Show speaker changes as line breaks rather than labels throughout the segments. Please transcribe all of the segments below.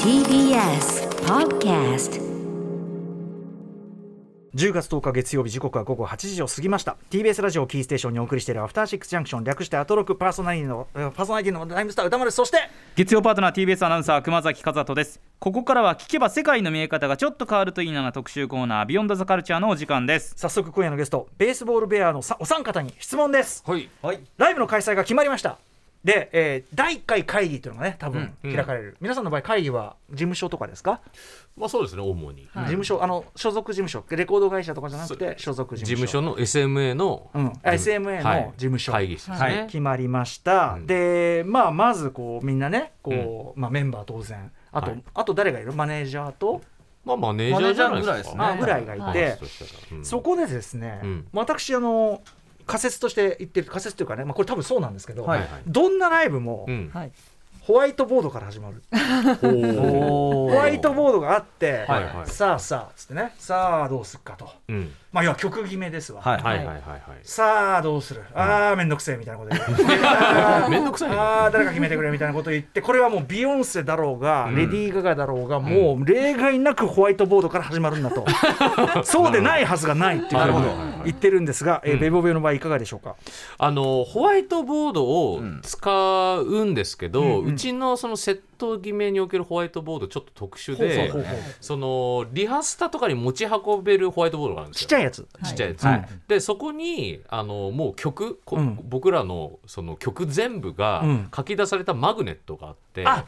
TBS Podcast
10月10日月曜日時刻は午後8時を過ぎました TBS ラジオキーステーションにお送りしているアフターシックスジャンクション略してアトロクパーソナリティのえーパーソナリティのライムスター歌丸そして
月曜パートナー TBS アナウンサー熊崎和人ですここからは聞けば世界の見え方がちょっと変わるといいなな特集コーナービヨンドザカルチャーのお時間です
早速今夜のゲストベースボールベアのさお三方に質問です
はい。
ライブの開催が決まりましたで、えー第1回会議というのがね多分
うん
開かれる、皆さんの場合会議は事務所とかですか、
まあそうですね、主に。
事務所あの所属事務所レコード会社とかじゃなくて
そ
所属事
事
務
務
所
所の SMA の、
うんあ SMA の
はい
事務所
会議室です
は
ね。
決まりました、
うん
で、まあ、まずこうみんなねこう、まあ、メンバー当然あと,、
はい
あと誰がいるマネージャーと、
まあマネージャーじゃないですか。
マネージャーぐらいですねあぐらいがいて
そしたらうん
そこでですね、
うん
私あの仮説として言ってる仮説というかね、まあ、これ多分そうなんですけど、
はいはい
どんなライブも
うん
はい、
ホワイトボードから始まる、
ほ
ホ
う
ワイトボードがあって、
はいはい
さあさあつってねさあどうすっかと
うん
まあ要は曲決めですわ、
はい
はいはいはいはい。
さあどうするああめんどくせえみたいなこと言ってあー
めんどくさいね
あー誰か決めてくれみたいなこと言ってこれはもうビヨンセだろうが、
うん
レディー・ガガだろうがもう例外なくホワイトボードから始まるんだ とそうでないはずがないっていう
なる
こ
ほ
と
ど
を言ってるんですが、えー
うん
ベイボーベイの場合いかがでしょうか、
あのホワイトボードを使うんですけど、
う
うん
うん
ちのそのセット決めにおけるホワイトボードちょっと特殊
ほう
で
ほうほうほう
そのリハスタとかに持ち運べるホワイトボードがあるんです
ち
よ
っちゃいやつ
ちっちゃいやつ、
はい
でそこにあのもう曲、こ
うん
僕らのその曲全部が
うん
書き出されたマグネットがあって、
あ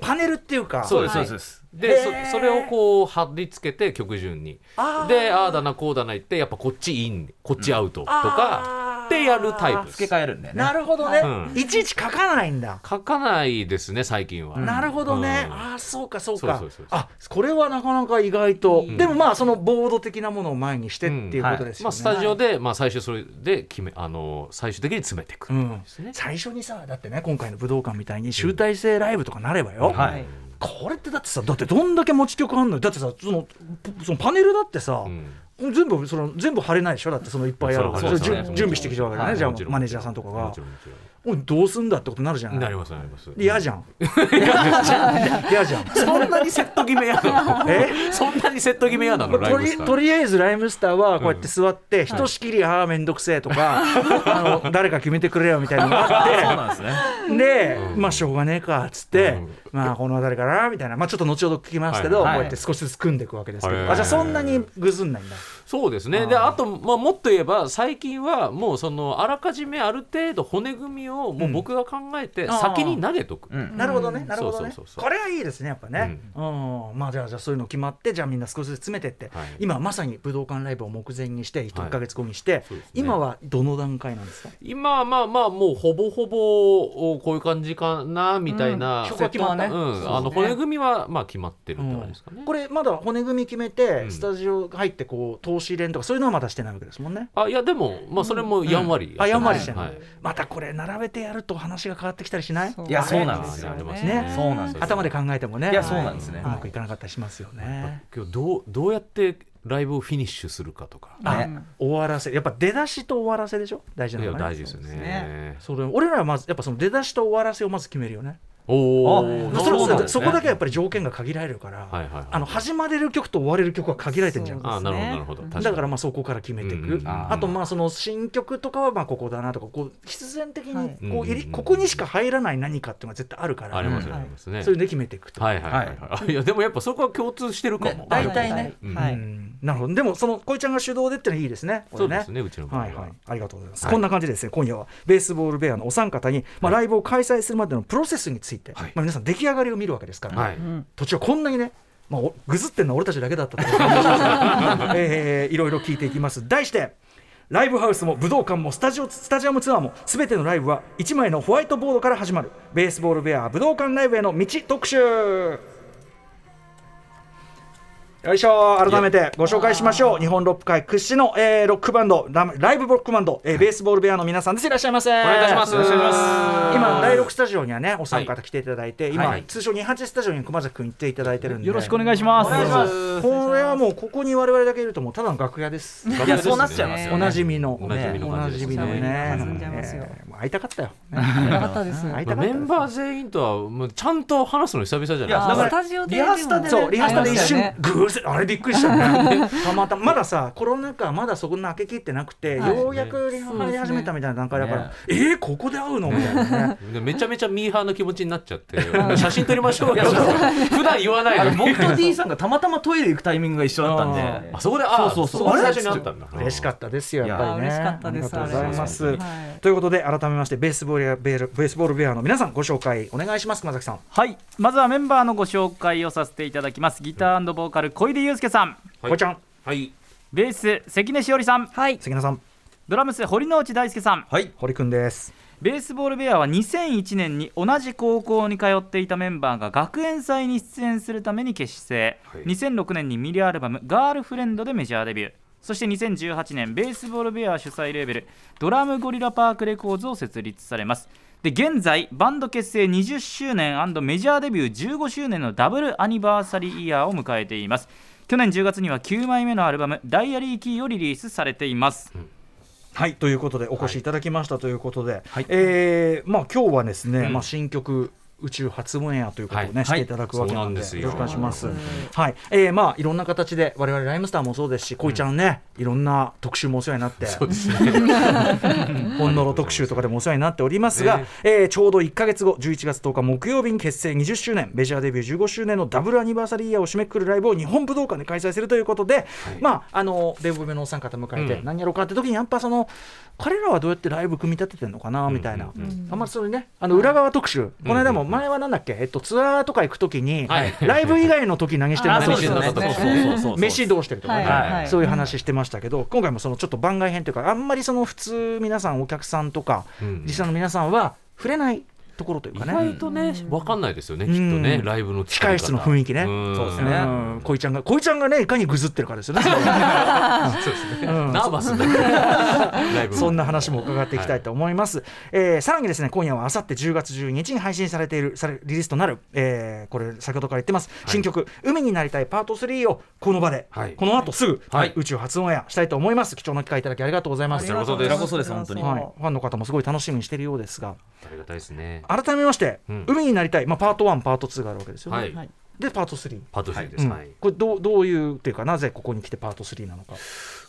パネルっていうか
そうです、
はい
そうです
へ
で
ー
そそれをこう貼り付けて曲順に
あー
でああだなこうだな言ってやっぱこっちインこっちアウトとか、
あー
でやるタイプです
付け替えるんだよね
なるほどね、
うん
いちいち書かないんだ
書かないですね最近は、
なるほどね、
うん
ああそうかそうか
そうそうそうそう
あこれはなかなか意外と、
うん
でもまあそのボード的なものを前にしてっていうことですよね、
まあ、スタジオで、まあ、最終それで決めあの最終的に詰めていく、
うん
すね
最初にさだってね今回の武道館みたいに集大成ライブとかなればよ、
はい
これってだってさだってどんだけ持ち曲あんのよだってさそのそのパネルだってさ、
うん
全部その全部貼れないでしょだってそのいっぱいあるから
そ
そうれ
そう
準
そう
準備してきちゃうわけだね、
はい
じゃあ
もちろ
マネージャーさんとか
も
が
ちろんもちろん
おいどうすんだってことになるじゃない
なりますなります
で嫌じ ゃん嫌じゃん
そんなにセット決めやなの
え
そんなにセット決めやなのライ
と
ブス
り
タ
と
ー
りあえずライムスターはこうやって座って、ひとしきり、ああ、めんどくせえと か、あの誰か決めてくれよみたいなのが
そう
あ
なんですね
って、で、
うん
まあ、しょうがねえかっつって、
うん
まあ、この辺りかなみたいな、まあ、ちょっと後ほど聞きますけど、
はい
こうやって少しずつ組んでいくわけですけど、
はい
あじゃあ、そんなにぐずんないんだ。
そうですねであと、まあ、もっと言えば最近はもうそのあらかじめある程度骨組みをもう僕が考えて
うん
先に投げとく、
うん
なるほどね、なるほどね
そうそうそう。そう
これはいいですね、やっぱね。うん、まあ、じゃあ、じゃあ、そういうの決まって、じゃあ、みんな少しずつ詰めてって
はい、
今まさに武道館ライブを目前にして、
は
1
い
ヶ月後にして
そうですね、
今はどの段階なんですか
今はまあまあもうほぼほぼおこういう感じかなみたいな、
うん曲は決まったね
うん
そうですね
あの骨組みはまあ決まってるって感じですかね、
これまだ骨組み決めて、
うん
スタジオ入ってこう投資連とかそういうのはまだしてないわけですもんね。
あいやでも、まあ、それもやんわりってます、
あやんわりしてない、
は
またこれ並べてやると話が変わってきたりしない
そう
いやそうなんです
あ
よ
ります
ね
そうなんです
頭で考えてもね
いやそうなんですね
うまくいかなかったりしますよね。
今日どうどうやってライブをフィニッシュするかとか
あ
あ終わらせやっぱ出だしと終わらせでしょ大事
い
な
や
のが
大
ね。
事ですよね
そうですね
それ俺らはまずやっぱその出だしと終わらせをまず決めるよね。
おお
あ
それ
そうなんですね
そこだけはやっぱり条件が限られるから、
はいはいはい
あの始まれる曲と終われる曲は限られてんじゃん。
あなるほどなるほど
うん
確に
だからまあそこから決めていく、
うんうんうん
あとまあその新曲とかはまあここだなとかこう必然的
は
に
い
こう入
うんうんう
り
ん
ここにしか入らない何かっていうのは絶対あるから、
ありますね
うん
ありますね、
それで決めていくと、
はいはいはいはい、いやでもやっぱそこは共通してるかも、
ね大体ね
うん
は
う
い、
んなるほどでもその恋ちゃんが主導でってのはいいですねこ
そ
れ
うですねうちの場合
は
はい
はい、ありがとうございます、
はい
こんな感じでですね今夜はベースボールベアのお三方に、まあ、ライブを開催するまでのプロセスについて、
はい
まあ、皆さん出来上がりを見るわけですから、
はい
うん、
途中はこんなにね、まあ、おぐずってんのは俺たちだけだったと思います えーいろいろ聞いていきます題してライブハウスも武道館もスタジオスタジアムツアーも全てのライブは1枚のホワイトボードから始まるベースボールベア武道館ライブへの道特集よいしょ改めてご紹介しましょう日本ロック界屈指の、えーロックバンドラライブロックバンド、えーベースボールベアの皆さんですいらっしゃいませお
願いいたします
今第6スタジオにはねお三方来ていただいて、今、
はい
通称28スタジオに熊崎君行っていただいてるんで
よろしくお願いします。
これはもうここに我々だけいるともうただの楽屋です
いやそうなっちゃいますよ
お
ね
なじみの
おなじみの
おな
感じで
じ
す
み
ね
のね
んじゃいますよ
えーもう会いたかったよね
なかったです。
会い
ま
た
あ
かっ
メ
た
ンバー全員とはもうちゃんと話すの久々じゃないです
あ
か
だから
スタジオで
リハスタで、そうリハスタで一
あ
瞬
り
偶然あれびっくりしたね たまたままださコロナ禍まだそこな開けきってなくて、
はい
ようやくリハ入り始めたみたいな段階だから、
ね
えー、ここで会うのみたいなね
でめちゃめちゃミーハーな気持ちになっちゃって写真撮りましょうよとか普段言わない
あ
の
の
に
僕と D さんがたまたまトイレ行くタイミングが一緒だったんで
あそこであ
そうそうそう
こで
あれ
最初に会ったんだ
嬉しかったですよやっぱりね
いや嬉しかったです
ありがとうございます、
あれ
はい
ということで改めましてベースボールやベールベースボールベアの皆さんご紹介お願いします熊崎さん
はい、まずはメンバーのご紹介をさせていただきます。ギターボーカル小出祐介さん、
こ
は
う
い
ちゃん
はい
ベース関根しおりさん、
はい。
関根さん
ドラムス堀之内大輔さん。
はい
堀くんです
ベースボールベアは2001年に同じ高校に通っていたメンバーが学園祭に出演するために結成、
はい
2006年にミリアルバム「ガールフレンド」でメジャーデビューそして2018年ベースボールベア主催レーベルドラムゴリラパークレコーズを設立されますで現在バンド結成20周年メジャーデビュー15周年のダブルアニバーサリーイヤーを迎えています去年10月には9枚目のアルバム「ダイアリーキー」をリリースされています
はいということでお越しいただきましたということで、えーまあ今日はですね、
うん
まあ新曲宇宙初オンエアということをね、
はい
していただくわけな
そ
ん
うなん
で,、
です
よ
よ
ろしくお願いします。はい、えーまあいろんな形で我々ライムスターもそうですし、こいちゃんね、いろんな特集もお世話になって、
そうですね
ほんのろ特集とかでもお世話になっておりますが、えーちょうど1か月後、11月10日木曜日に結成20周年、メジャーデビュー15周年のダブルアニバーサリーイヤーを締めくくるライブを日本武道館で開催するということで、まあ、あの、デブ部のお三方迎えて
う、ん
何やろうかって時に、やっぱその、彼らはどうやってライブ組み立ててるのかなみたいな、あんまりそういうね、あの裏側特集、この間も前はなんだっけ、えっと、ツアーとか行く時に、
はい
ライブ以外の時何してるの
あ
か
そう
何
と
し
で
て
す
ん
よ
だ
ね
とか
そうそうそうそう
飯どうしてるとかね、
はいはい
そういう話してましたけど今回もそのちょっと番外編というかあんまりその普通皆さんお客さんとか、
うん
実際の皆さんは触れないところという
意
かね
外とね分かんないですよねきっと
う
ね
ん
ライブの
控室の雰囲気ね
そうです
う
ね
んこいちゃんがこいちゃんがねいかにぐずってるかですよね。
そうですね
うん
ナーバスだねライ ブ
そんな話も伺っていきたいと思います。えーさらにですね、今夜はあさって10月12日に配信されている、されリリースとなる、えーこれ、先ほどから言ってます、新曲、海になりたいパート3をこの場で、
はい
この後すぐ、
はい
宇宙初オンエアしたいと思います。貴重な機会いただきありがとうございます。
こちらこそ
こちらこそです本当に
はい、ファンの方もすごい楽しみにしているようですが、
ありがたいですね
改めまして、
うん
海になりたい、まあ、パート1、パート2があるわけですよね。
はい
で、パート3。
パート3で
う
す
ん
はい
これどうどういうというかなぜここに来てパート3なのか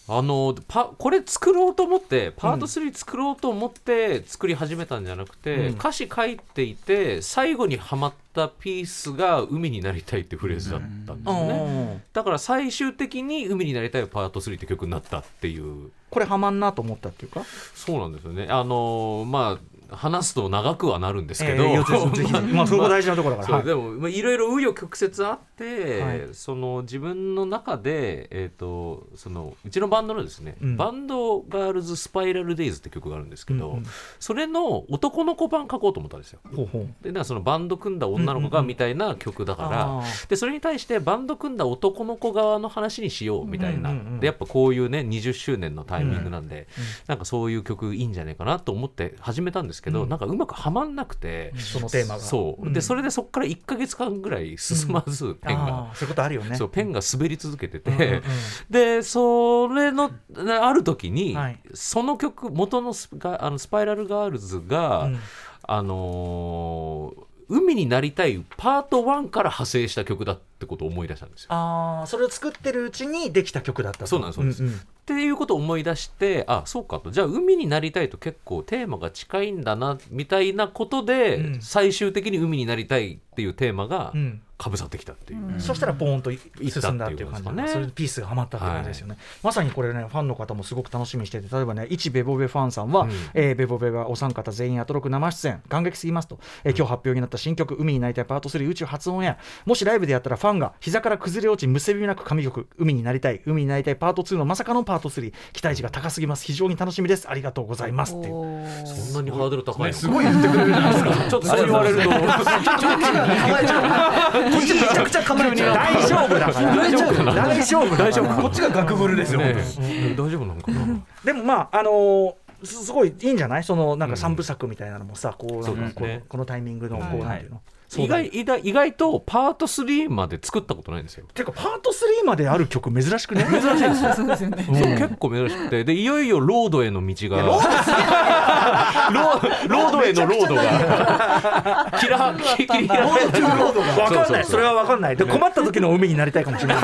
あのパこれ作ろうと思ってパート3作ろうと思って作り始めたんじゃなくて、
うん
歌詞書いていて最後にはまったピースが「海になりたい」ってフレーズだったんですよね、だから最終的に「海になりたい」パート3って曲になったっていう
これはまんなと思ったっていうか、
そうなんですよねあのまあ話すと長くはなるんですけど、
えー ぜひぜひまあそこ大事なところだか
そ
ら、
う
はい
でもまあいろいろ紆余曲折あって、
はい
その自分の中で、えー、とそのうちのバンドのですね、
うん
バンドガールズスパイラルデイズって曲があるんですけど、
うんうん
それの男の子版書こうと思ったんですよ。
ほうほう
でなんかそのバンド組んだ女の子がみたいな曲だから、
あー
でそれに対してバンド組んだ男の子側の話にしようみたいな、
うんうんうん
でやっぱこういうね20周年のタイミングなんで、なんかそういう曲いいんじゃないかなと思って始めたんですけど、
うん
なんかうまくはまんなくて、
そのテーマが
そう、
うん
でそれでそこから1か月間ぐらい進まず、ペン
あ
が、
ーそういうことあるよね
そうペンが滑り続けてて、
うんうんうん
でそれのなある時に、
はい
その曲元のスがあのスパイラルガールズが、
うん
あのー海になりたいパート1から派生した曲だってことを思い出したんですよ。
ああそれを作ってるうちにできた曲だったと
そうなんですそうです
ん
っていうことを思い出してあそうかとじゃあ海になりたいと結構テーマが近いんだなみたいなことで、
うん
最終的に海になりたいっていうテーマが
うんうん
かぶさってきたっていう、
そしたらポーンとい
行った
進んだっていう感じ
っていうことですかね
それでピースがはまったっていう感じですよね、まさにこれねファンの方もすごく楽しみにしてて例えばね一ベボベファンさんは、
うん
えーベボベがお三方全員アトロク生出演感激すぎますと、えー今日発表になった新曲「海になりたいパート3宇宙初オンエア」もしライブでやったらファンが膝から崩れ落ちむせびなく神曲「海になりたい海になりたいパート2」のまさかのパート3期待値が高すぎます非常に楽しみですありがとうございますっていう
おー
そんなにハードル高いの、
すごい言ってくれるじゃないですか
ちょっとそう言われるとちょっと
構えちゃう。こっちめちゃくちゃ構えちゃう。
大丈夫だから
大丈夫かな
大丈夫
大丈夫か
こっちがガクブルですよ。
ねえ大丈夫なのかな
でもまああのーすすごいいいんじゃないそのなんか三部作みたいなのもさ、こう
そう
な
で
ん
す
かこの
ね
このタイミングのこうなんていうの、
意外意外意外とパート3まで作ったことないんですよ、
てかパート3まである曲珍しくね珍しいですよ
そう結構珍しくてでいよいよロードへの道がローロードへのロードがキラキラキラ
わかん
そうそ
な
うそう
いそれはわかんないで困った時の海になりたいかもしれな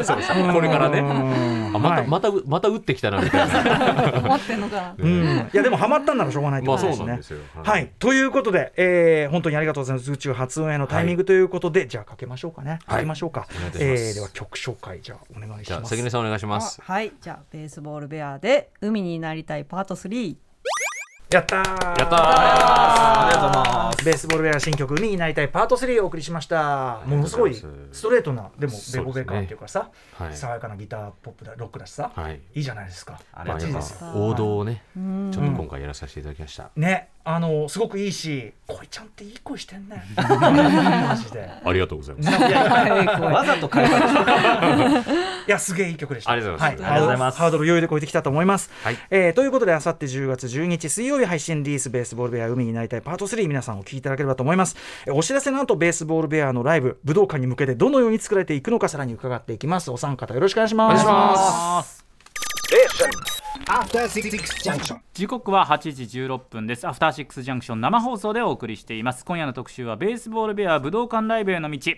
い
そうですこれからね
うん
あまた、
はい
またまた打ってきたなみたいな、
思ってんのかな。
うん、いやでもハマったんならしょうがないって
ま
こ
あ
とです
そうなん
ね
です。よ
はい、ということで、えー本当にありがとうございます宇宙発音へのタイミングということで、じゃあかけましょうかねかけましょうか、
お願いいたし
え
ます
ーでは曲紹介じゃあお願いし
じゃ
ま
あ
す
関根さんお願いします
あはい、じゃあベースボールベアで海になりたいパート3。
やったー
やったー
ありがとうございます。
ベースボールウェア新曲「海になりたいパート3」をお送りしましたものすごい
ありがとうございます
ストレートなでも
そ
ベ
う
ボ
ですね
ベ感っていうかさ、
はい
爽やかなギターポップだロックだしさ、
はい
いいじゃないですか
あり
ま
が
あ
とうございま
今
す。
王道をねちょっと今回やらさせていただきました、
ねあのすごくいいし恋ちゃんっていい声してん ねマジで
ありがとうございます
わざと変えたんですよ。
いやすげえいい曲でした。
ありがとうございます
は
ありがとうございます
ハードル余裕で超えてきたと思います。
はい
えーということであさって10月12日水曜日配信リリースベースボールベア海になりたいパート3皆さんお聞きいただければと思います。えーお知らせの後ベースボールベアのライブ武道館に向けてどのように作られていくのかさらに伺っていきます。お三方よろしくお願いします。
After Six Junction.
時刻は8時16分ですアフターシックスジャンクション生放送でお送りしています今夜の特集はベースボールベア武道館ライブへの道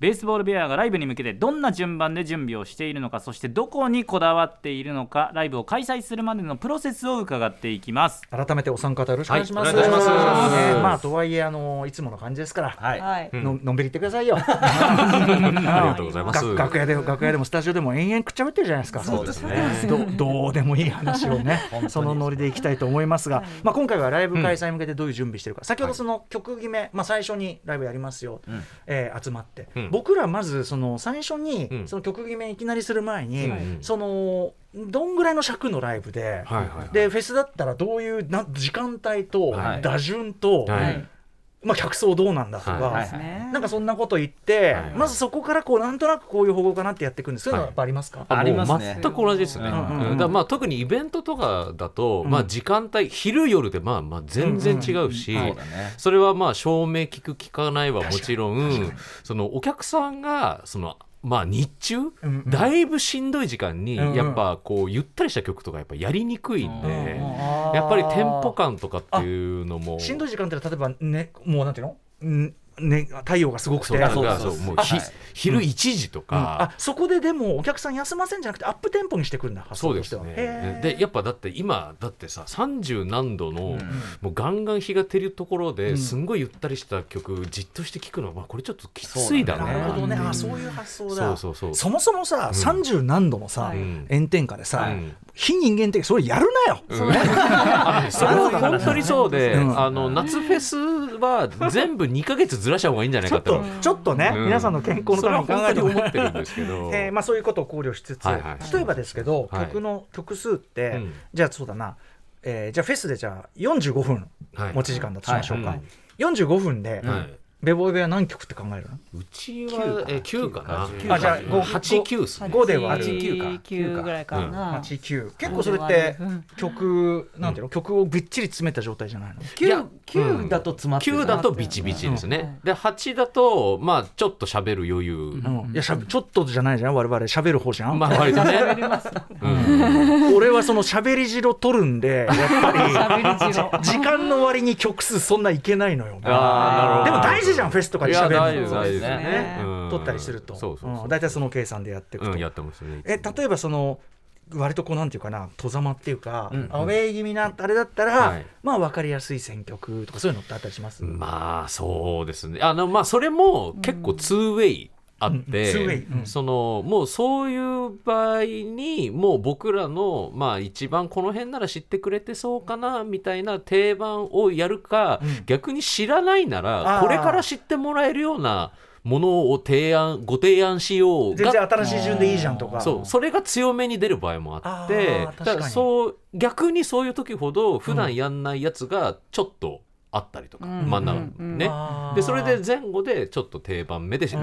ベースボールベアがライブに向けてどんな順番で準備をしているのかそしてどこにこだわっているのかライブを開催するまでのプロセスを伺っていきます
改めてお三方よろしくお願いします。
はいお願いします
ねまあとはいえあのいつもの感じですから。
はい。
はい。
ののんびり言ってくだ さいよ
ありがとうございます
が楽屋で楽屋でもスタジオでも延々くっちゃべってるじゃないですか
そうですね。
どどうでもいい話を ね
本当に
そのノリでいきたいと思いますが、まあ、今回はライブ開催に向けてどういう準備してるか、先ほどその曲決め、まあ、最初にライブやりますよ、
ん
えー集まって、
うん
僕らまずその最初
う
に
ん
その曲決めいきなりする前に、
うんうん
そのどんぐらいの尺のライブで。
はいはいはい
でフェスだったらどういうな時間帯と
はい
打順と、
はい
まあ、客層どうなんだとか、
はい
はい
ね
なんかそんなこと言って、
はい
まずそこからこうなんとなくこういう方向かなってやっていくんですそういうのはやっぱありますか、
あ
あります
も
ね
う全く同じですね。
う
うん
うんうん
んだからまあ特にイベントとかだと、まあ時間帯昼夜でまあまあ全然違うし、
そうだね。
それはまあ照明聞く聞かないはもちろんそのお客さんがそのまあ日中、
んうん
だいぶしんどい時間に
うんうん
やっぱこうゆったりした曲とかやっぱやりにくいんで、
あー
やっぱりテンポ感とかっていうのも
しんどい時間ってのは例えばねもうなんていうのんね太陽がすごく
そう
て
だ
あ
か
そう
らそう
そうそう
もうひ
はい
昼1時とか、
あそこででもお客さん休ませんじゃなくてアップテンポにしてくるんだ発
そ
想
う
と
で
して
す
は
ね。
へー
でやっぱだって今だってさ30何度の、もうガンガン日が照るところ
う
で、
ん
すんごいゆったりした曲じっとして聴くのは、まあ、これちょっときついだろう
なるほど
な。
ねあそういう発想だ
そうそうそう
もそもさ30何度のさ
うん
炎天下でさ
うん
非人間的それやるなよ
あ それは本当にそうで、
うん
あの夏フェスは全部2ヶ月ずらした方がいいんじゃない
ちょっ
かって思
と
う。
ちょっとね
うん
皆さんの健康の
そ
た
れ
め
は
に考
本
えて
当
も
に思ってるんですけど。
えーまあ、そういうことを考慮しつつ、
はいはい
例えばですけど、
はい
曲の曲数って、
うん
じゃあそうだな、えーじゃあフェスでじゃあ45分
はい
持ち時間だとしましょうか、
はいはい
45分で、
はい
ベボイベは何曲って考えるの、
うちはえ9かな
九
あじゃあ
うん8、9ですね
五で割る
8、9ぐらいか
8、
な。
9結構それって曲、なんていうの曲をびっちり詰めた状態じゃないの、
九九だと詰まってる。
9だとビチビチですね、で8だとまあちょっと喋る余裕、
うんいやしゃべちょっとじゃないじゃん我々喋る方じゃん、
まあ割とねうん
俺はその喋り汁を取るんでや っぱり時間の割に曲数そんないけないのよ
あーなるほど
でも大事じゃんフェスとかで喋るの
いや大事です大事です
ね
ね
うん
取ったりすると
そうそうそう
うん大体その計算でやっていく
う
と
ん、やってますね。
え例えばその割とこうなんていうかな戸ざまっていうか、
うん
アウェー気味なあれだったら、
はい
まあ分かりやすい選曲とかそういうのってあったりします、
まあそうですね。あのまあそれも結構ツーウェイあって、
うんツーウェイうん
そのもうそういう場合にもう僕らのまあ一番この辺なら知ってくれてそうかなみたいな定番をやるか、逆に知らないな
あ
ら
ー
これから知ってもらえるようなものを提案ご提案しよう
全然
が。
新しい順でいいじゃんとか
そうそれが強めに出る場合もあって
あー確かに
だからそう逆にそういう時ほど普段やんないやつがちょっとあったりとか、
うん
真ん中
うんうん
ね、
あー
でそれで前後でちょっと定番目で挟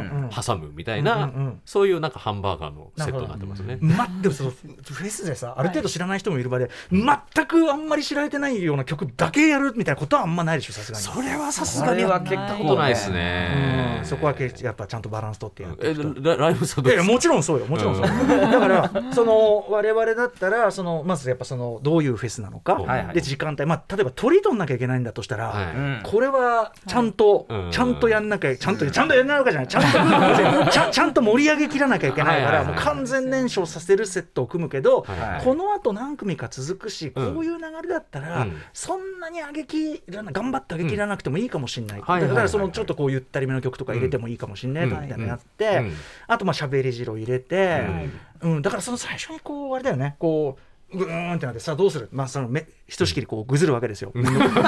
ん
むみたいな、
うんうんうん
そういうなんかハンバーガーのセットになってますね。
ま、でもそのフェスでさある程度知らない人もいる場で、全くあんまり知られてないような曲だけやるみたいなことはあんまないでしょさすがに
それはさす
そ
がに
れ
や
は
っ
結
た
構
ことないです
う
ね
ん。そこはけやっぱちゃんとバランス取ってやる
えラライブさん
い
どう
やいや
ですか
もちろんそうよもちろんそう、だからその我々だったらそのまずやっぱそのどういうフェスなのか、
はいはい
で時間帯、まあ、例えば取り取んなきゃいけないんだとしたら、
はい
うん
これはちゃんと、
うん
ちゃんとやんなきゃちゃんとちゃんとやんなきゃじゃないちゃんと ちゃんちゃんと盛り上げきらなきゃいけないから、
はいはいは
も
い
う完全燃焼させるセットを組むけど、
はいはい
このあと何組か続くし、
うん
こういう流れだったら、
うん
そんなに上げきらな頑張って上げきらなくてもいいかもしれない、
うんはいはいはい
だからそのちょっとこうゆったりめの曲とか入れてもいいかもしれないみ
うん
たいなのやって、
うん
あとまあ喋り汁を入れて、うんだからその最初にこうあれだよねこう。ぐーんってなってさあどうするまあそのめひとしきりこうぐずるわけですよ。 めんどくせえ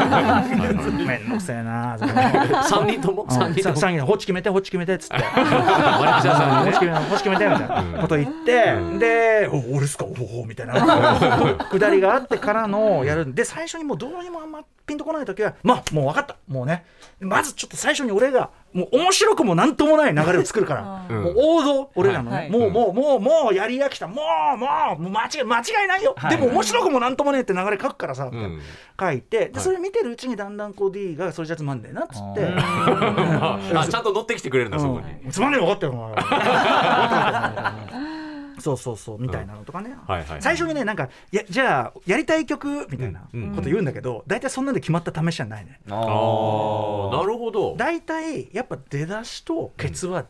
なーって
三人とも三人
さ
とも
さんに「ホッチ決めてホッチ決めて」っ つって「
マネージャーさ
ホッ
ん
チ決めてホッチ決めて」みたいなこと言って、で「お俺っすかおお」みたい なくだりがあってからのやるんで最初にもうどうにもあんまピンとこない時は「まあもう分かったもうねまずちょっと最初に俺がもう面白くもなんともない流れを作るから」
うん
もう王道俺らのね、
はい
もう
うん
もうもうもうやり飽きたもうもうもう間違い間違いないよ、
はい
でも面白くもなんともねえって流れ書くからさ、み
う
たいなん書いてで
はい
それ見てるうちにだんだんこう D がそれじゃつまんねえなっつって。
あちゃんと乗ってきてくれるんだそこに。
うんつまんねえの分かったよお前分かったよお前そうそうそうみたいなのとかね、
はいはい
最初にねなんかやじゃあやりたい曲みたいな
うんうん
こと言うんだけど大体、そんなんで決まった試しはないね
ああなるほど。
大体やっぱ出だしとケツは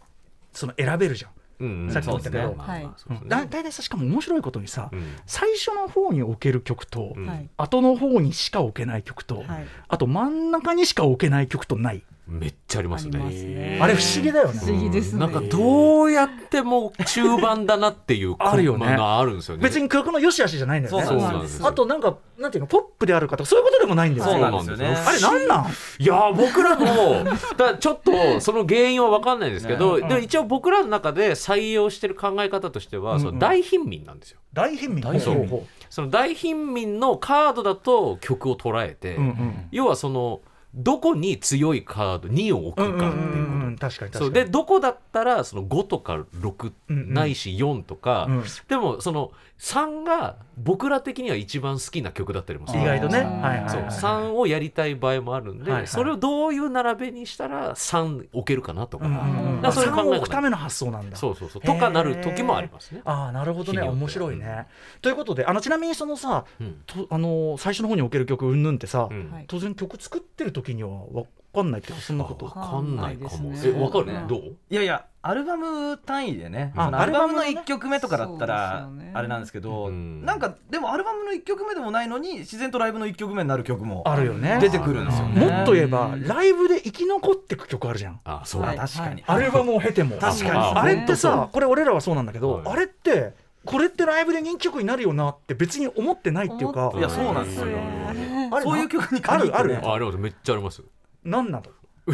その選べるじゃん、
うんうん
さっきも言ったけど
そうですねまあまあ
はい
そうですね
だ大体さしかも面白いことにさ、
うん
最初の方に置ける曲と、
うん
はい
後の方にしか置けない曲と、
はい
あと真ん中にしか置けない曲とない、
めっちゃあります
あります
ね
ね。
あれ不思議だよね
不思議ですね
なんかどうやっても中盤だなっていう
あるよね
こんなのあるんですよね。
別に曲の良し悪しじゃないんだよね
そう
なんですよ
あとなんかなんていうのポップであるかとかそういうことでもないんだよね
そうなんですよね。
あれなんなん
いやー僕らのだちょっとその原因は分かんないですけど、
ね
でも一応僕らの中で採用してる考え方としては、その大貧民なんですよ。
大貧民
大貧民その大貧民のカードだと曲を捉えて、
うんうん
要はそのどこに強いカード2を置
うん
く
う
か
ん
っていうこ
う
と、
んうん確かに確かに
そうでどこだったらその5とか6
うんうん
ないし4とか、
うん
でもその3が僕ら的には一番好きな曲だったりもする
意外とね
あ
は
ー
いはい
そう
はい
3をやりたい場合もあるんで、
はいはい
それをどういう並べにしたら3置けるかなとか,、
うんうんうん
だからそういう考
3を
え方
置くための発想なんだ
そうそうそうとかなる時もありますね。
ああなるほどね
日によって
面白いねということであのちなみにそのさ
うん
とあの最初の方に置ける曲うんぬんってさ
うん
はい
当然曲作ってる時には分かんないってそんなこ
あ
と
わかんないかも。
わかんないです
え、
ね
わかる、
うん
どう？
いやいやアルバム単位でね
あ
そのアルバムの
アルバムのね
1曲目とかだったら
そうですよね
あれなんですけど
うん
なんかでもアルバムの1曲目でもないのに自然とライブの1曲目になる曲も
あるよね
出てくるんですよね
もっと言えばライブで生き残ってく曲あるじゃん
あ、そう。
あ確かに
アルバムを経ても
確かに
ああれってさこれ俺らはそうなんだけど、
はい
あれってこれってライブで人気曲になるよなって別に思ってないっていうか
思
いやそうなんですよ
あれな
そういう曲に限ってね
あるある
あ、あります。めっちゃあります。
なんなの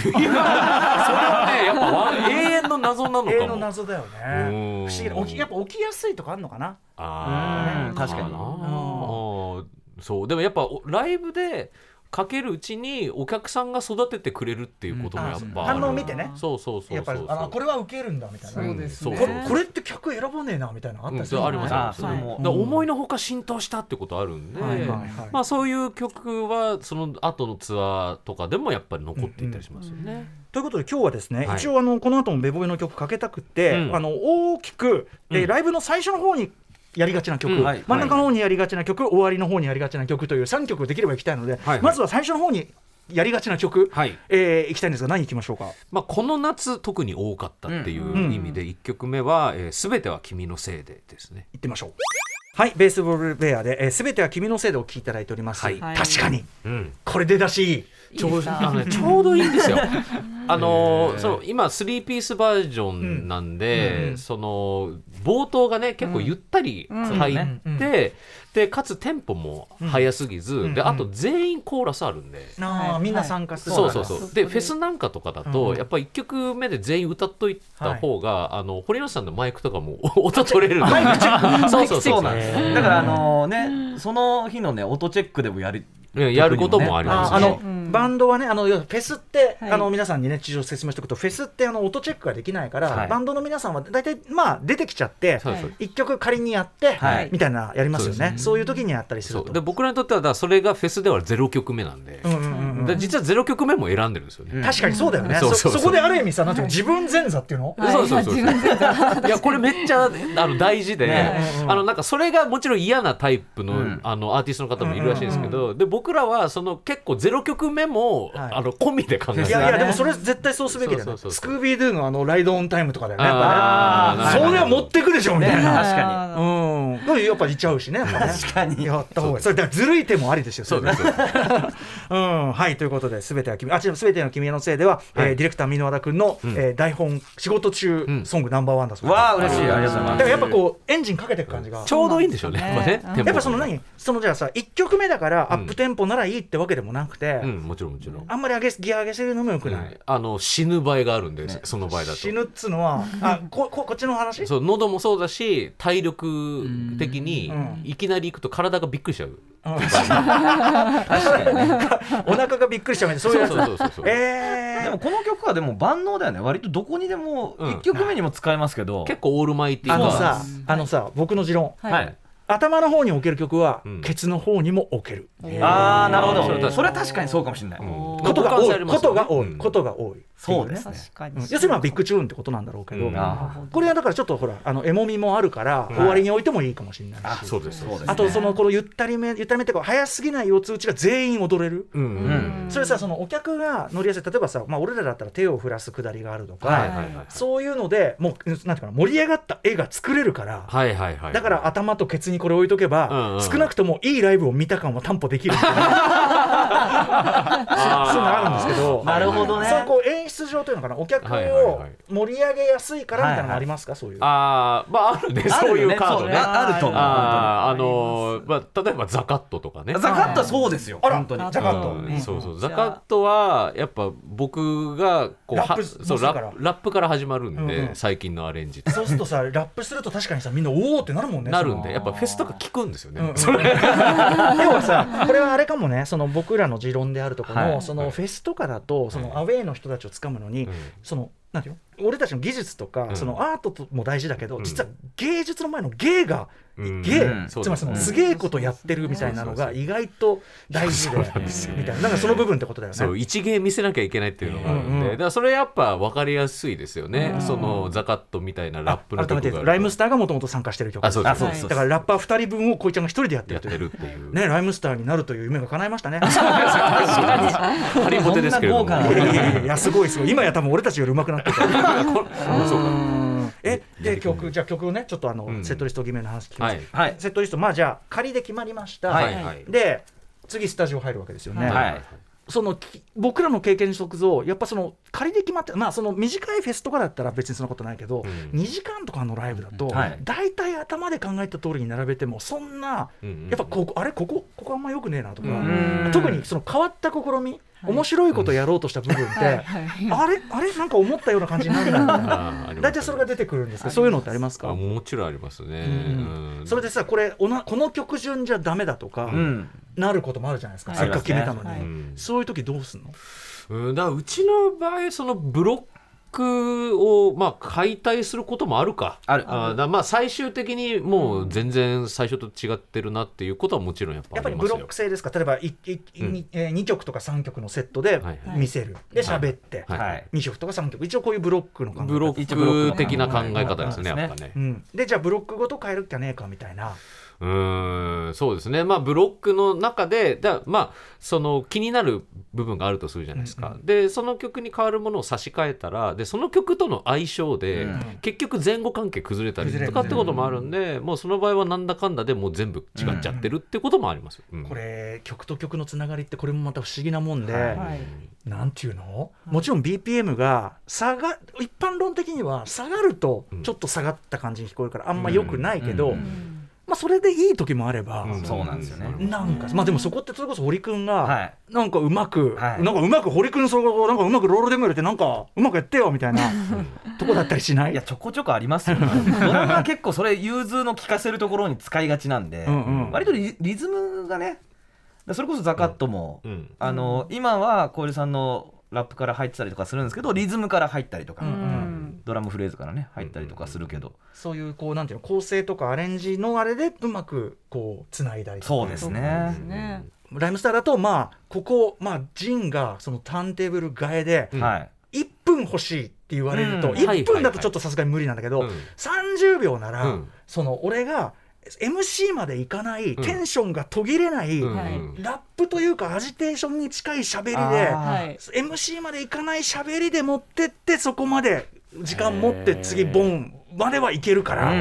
それはね、やっぱわ永遠の謎なの
永遠
か
の
も。
謎だよね
うん
不思議な起きやっぱ起きやすいとかあるのかな
あ
う
ー
ん確かに
なーそうでもやっぱおライブでかけるうちにお客さんが育ててくれるっていうこともやっぱある
反応見てね
そうそうそうそう
やっぱりあのこれはウケるんだみたいな、
そうですね
ん
これこれって客選ばねえなみたいなのあっ
う
た
ん
り
そ
す
れ
る
ありますあります
あそれも
だから思いのほか浸透したってことあるんで、
はいはいはい
まあそういう曲はその後のツアーとかでもやっぱり残っていたりしますよね。
ということで今日はですね、
はい
一応あのこの後もベボベの曲かけたくて、
うん
あの大きく、えー
うん
ライブの最初の方にやりがちな曲、
うん
はい
真ん中の方にやりがちな曲、終わりの方にやりがちな曲という3曲できればいきたいので、
はい
まずは最初の方にやりがちな曲、
はい
えーいきたいんですが何いきましょうか
まあ、この夏特に多かったってい
ん
う意味で1曲目は「す、べ、ては君のせいで」ですね。
いってみましょうはいベースボールベアで、えー、全ては君のせいでお聴きいただいております、
はい
はい
確かに
うん
これ出だしいい
ちょうあのねちょうどいいんですよ。 あのーその今3ピースバージョンなんで、
うんうん
その冒頭がね結構ゆったり
うん
入って、
うんうん
でかつテンポも速すぎず、
ん
で
うん
あと全員コーラスあるんで。
なあ、
はい
みんな参加する
そうそうそう
そうなんです
でフェスなんかとかだと、
うん
やっぱ1曲目で全員歌っといた方が、あの堀之内さんのマイクとかも 音取れるんでそうそうそ
そううなんですだからあのねその日のね音チェックでもやる
うんやることもあります
ああの
ね
ん
バンドはねあの要はフェスって、
はい
あの皆さんにね地上説明しておくとフェスってあの音チェックができないから、
はい
バンドの皆さんは大体まあ出てきちゃって
そうそう
一曲仮にやって、
はい
みたいなやりますよ
そう
ね
で
そういう時にやったりする
そう
と
で僕らにとってはだからそれがフェスでは0曲目なんで、
うんうんうんうん
で実は0曲目も選んでるんですよね、
確かにそうだよね、
うん
そ
そうそうそう
そこである意味さなんていうの自分前座っていうの、
はい
そうそうそうそう
自
いやこれめっちゃあの大事で、あのなんかそれがもちろん嫌なタイプの,、
うん
あのアーティストの方もいるらしいんですけど、で僕らはその結構0曲目も、
はい
あの込みで考え
い
て
やいや
ね
でもそれ絶対そうすべきだよね
そうそうそう
ス
そ
クービードゥのあのライドオンタイムとかだよねやっ
あー
ぱね
なるほど
それは持ってくでしょみたいな、
確か
あ
うん、だからやっぱいっちゃうしね、やっぱね
確かに
やった方がいい。それだからずるい手もありですよ。。
そうですすそうです
うん、はいということで、すべては君、あ、違う、すべての君へのせいでは、
はい
えーディレクター箕輪田君の、
うん
えー台本仕事中、
うん
ソングナンバーワンだそうです。
わあ嬉しいありがとうござい
だ
ま
か
す
らやっぱこうエンジンかけていく感じが。
ちょうどいいんでしょうね
そう
や
な
っぱ
んです
ねテン
ね
ポが
やっぱその何そのじゃあさ1曲目だからアップテンポならいいってわけでもなくて、
うんもちろんもちろん、
あんまり上げギア上げすぎるのもよくない、
はいあの死ぬ場合があるんで、その場合だと
死ぬっつの はあこここっちの話
そう喉もそうだし体力的に
うん
いきなり行くと体がびっくりしちゃう、
お腹がびっくりしちゃうみたいなそういうやつ
そうそうそうそう
えー
でもこの曲はでも万能だよね割とどこにでも
うん
1曲目にも使えますけど、
結構オールマイティ
あ
ー
の
が
さ、あのさ、僕の持論、
ー
は
はいい。
頭の方に置ける曲は、
うん
ケツの方にも置ける。
ああなるほど
それ確かに
それは確かにそうかもしれない、
うん
ことが多い、
まあ
ことが多い、
うん
ことが多い。
そうですね
確か
うん要
に。
するにまあビッグチューンってことなんだろうけど、
うん
あ
これはだからちょっとほら、あのエモみもあるから、終わりに置いてもいいかもしれないし。
そうですそうです
あとそのこのゆったりめゆったりめっていうか早すぎない四つ打ちが全員踊れる、
うんうん、
うん
それさそのお客が乗りやすい例えばさ、まあ、俺らだったら手を振らすくだりがあるとか、
はいはいはい
そういうのでもうなんていうかな盛り上がった絵が作れるから、
はいはいはい
だから頭とケツにこれ置いとけ
うんう
ば
ん
少なくともいいライブを見た感は担保 できるみたいなそういうのがあるんですけど
なるほどね
そうこう演出上というのかなお客
はいはい
を
はい
盛り上げやすいからみたいなのもありますかそういう。
あーまああるねそういうカード
あるよねそう
ね
ねあると思う
あーあ
本当に
のーまあ例えばザカットとかね
ザカットはそうですよ
あら
本当に
あ
ザカット
うん
うん
そうそう
じゃ
ザ
あ
カットはやっぱ僕がこう
ラップ
はそう
もそう
ラ
だから
ップラップから始まるんで、
うんうん
最近のアレンジって
そうするとさラップすると確かにさみんなおおってなるもんね
なるん
そ
で
の
やっぱフェスとか聞くんですよね、
うんうん
それ
要はさこれはあれかもねその僕らの持論であるとこの,、
はい
そのフェスとかだとそのアウェーの人たちをつかむのに、
うん
そのなんていうの俺たちの技術とか、
うん
そのアートとも大事だけど、
うん
実は芸術の前の芸が、
うん
芸、
うん
そう
つまりそのすげえことやってるみたいなのが
うん
意外と大事で
そうなんですよ
みたいななんかその部分ってことだよね。
そう一芸見せなきゃいけないっていうのがあるんで、
うんうん
だからそれやっぱ分かりやすいですよね、そのザカットみたいなラップの
改め
曲
て
が
ライムスターがもともと参加してる曲
あそうです
あそうです
だからラッパー2人分をこいちゃんが1人でやって
や
ると
って
いう。
るっていう
ね、ライムスターになるという夢が叶いましたね。
ハリボテですけれども
そんな豪華
い
な
やいやいやいやすごいすごい今や多分俺たちより上手くなってる
そうか
えで曲じゃあ曲をねちょっとあの、
うん
セットリスト決めの話聞きま
は
す、
い
はい
セットリストまあじゃあ仮で決まりました、
はいはい
で次スタジオ入るわけですよね、
はい
そのき僕らの経験則上やっぱその仮で決まってまあその短いフェスとかだったら別にそんなことないけど、
うん
2時間とかのライブだと、
はい
大体頭で考えた通りに並べてもそんな、
うんうん
やっぱここあれここここあんまよくねえなとか、
うん
特にその変わった試み、面白いことやろうとした部分って、あれあれなんか思ったような感じになるなみたいな
あーあります
大体それが出てくるんですけどそういうのってあります
あ
か
もちろんありますね、
うん
うん
それでさこれおなこの曲順じゃダメだとか、
うん
なることもあるじゃないですか、
はい
せっかく決めたのに、
はい
うん
そういう時どうすんの
うんだからうちの場合そのブロックをまあ解体することもあるか
ある
あーだまあ最終的にもう全然最初と違ってるなっていうことはもちろんやっぱ
やっ
あ
ぱ
り
り
ま
ブ
す
ロ
よ
ック制ですか例えばいいい
うん
にえー2曲とか3曲のセットで
はいはい
見せる、で喋って、
はい
はい
2曲とか3曲一応こういうブロックの考え方
ブロ
一応ブロ
ッ
ッ
ク
ク
的な考え方ですね
うん
やっぱね
うん、でじゃあブロックごと変えるっきゃねえかみたいな
うーんそうですねまあブロックの中でだまあその気になる部分があるとするじゃないですか、でその曲に変わるものを差し替えたらでその曲との相性で、
うん
結局前後関係崩れたり
崩れ
と
る
かってこともあるんで、もうその場合はなんだかんだでもう全部違っちゃってるってこともありますよ、うん
これ曲と曲のつながりってこれもまた不思議なもんで、
はい
なんていうの、もちろん BPM が下が一般論的には下がると
うん
ちょっと下がった感じに聞こえるからあんま良くないけど、
うん
まあ、それでいい時もあれば、
うん
そうなんですよね
うん
なんかまあでもそこってそれこそ堀君
は
が
い
なんかうまく、
はい
なんかうまく堀君そこなんかうまくロールでも入れてなんかうまくやってよみたいなとこだったりしない
いやちょこちょこあり ますよドラマは結構それ融通の効かせるところに使いがちなんで、
うんうん
割とリリズムがねらそれこそザカットも、
うん
あの今は小出さんのラップから入ってたりとかするんですけどリズムから入ったりとか、
うん
ドラムフレーズからね入ったりとかするけど、
そういうこうなんていうの構成とかアレンジのあれでうまくこうつないだりとか
そうですね
ですね
ライムスターだとまあここまあジンがそのターンテーブル替えで
うん
はい
1分欲しいって言われると、
うん
一
はい
1分だとちょっとさすがに無理なんだけど、
うん
30秒なら、
うん
その俺が MC までいかない、
うん
テンションが途切れない、
うん
はい
うん
ラップというかアジテーションに近い喋りで
あ
はい。
MC までいかない喋りで持ってってそこまで時間持って次ボンまではいけるから、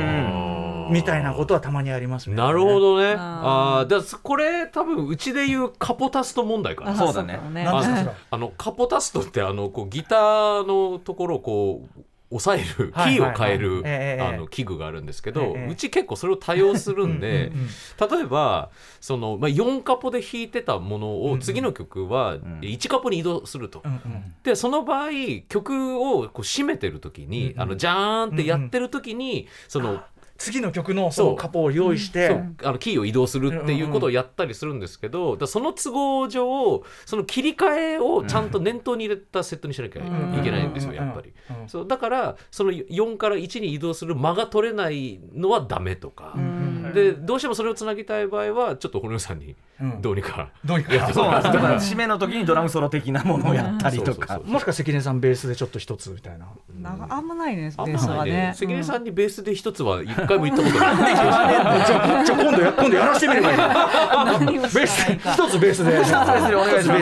みたいなことはたまにありますね。
なるほどね。あ
あー
あー、だからこれ多分うちで言うカポタスト問題かな。
そうだね
あ
なんですか
あのあのカポタストってあのこうギターのところをこう押さえるキ
はい
ーを変える
はいはいええええ
あの器具があるんですけど、
ええ
うち結構それを多用するんで
うんうん
例えばその、まあ、4カポで弾いてたものを次の曲は
ん
1カポに移動すると。
うんうん
でその場合曲をこう締めてる時に、あのジャーンってやってる時に、その
次の曲の
そう
そうカポを用意して、
そうあのキーを移動するっていうことをやったりするんですけど、だからその都合上その切り替えをちゃんと念頭に入れたセットにしなきゃいけないんですよ、
うん
やっぱり。
うんうん
そうだからその4から1に移動する間が取れないのはダメとか、
うん
でどうしてもそれをつなぎたい場合はちょっと堀尾さんに
うん
どうにか、
どうにか
そうなんですだから締めの時にドラムソロ的なものをやったりと
そ
か
うそうそう
もしか関根さんベースでちょっと一つみたい な。
なんかあんまないね、ベ
あん
ース
ま
は
りね
ね。
関根さ
うん
にベースで一つは一回も言ったことない。
じゃあじゃあ今度や今度やらしてみればいい。
何を
ベー
した
ス
らいいか。
一つベースで。一つベー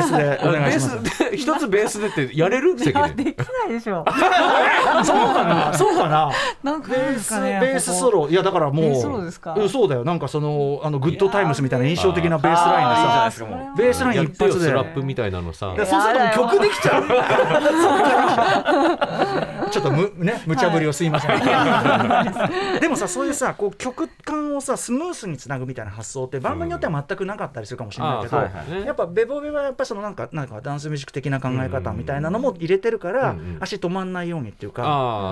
スで お願いします。
ベースで一つベースでってやれる関
いや
根
できないでしょ。
そうかな そうかな。
なんか
ベ
あるん
ー
です
ス
かね
ベースソ。ロいやだからもう
ベースソロですか
うんそうだよなんかそのあのグッドタイムスみたいな印象的なベースラインで
いいじゃない
さ
ですかもう
ベースライン
やっ
一
てよ
発
ス
で
ラップみたいなのさ
いやそうするともう曲できちゃう。ちょっとむね無茶ぶりをすいません。 でもさそういうさこう曲感をさスムースにつなぐみたいな発想ってバンドによっては全くなかったりするかもしれないけど。
あーはい
はい
やっぱベボベはやっぱそのなんかなんかダンスミュージック的な考え方みたいなのも入れてるから、
うんうん
足止まんないようにっていうか
あ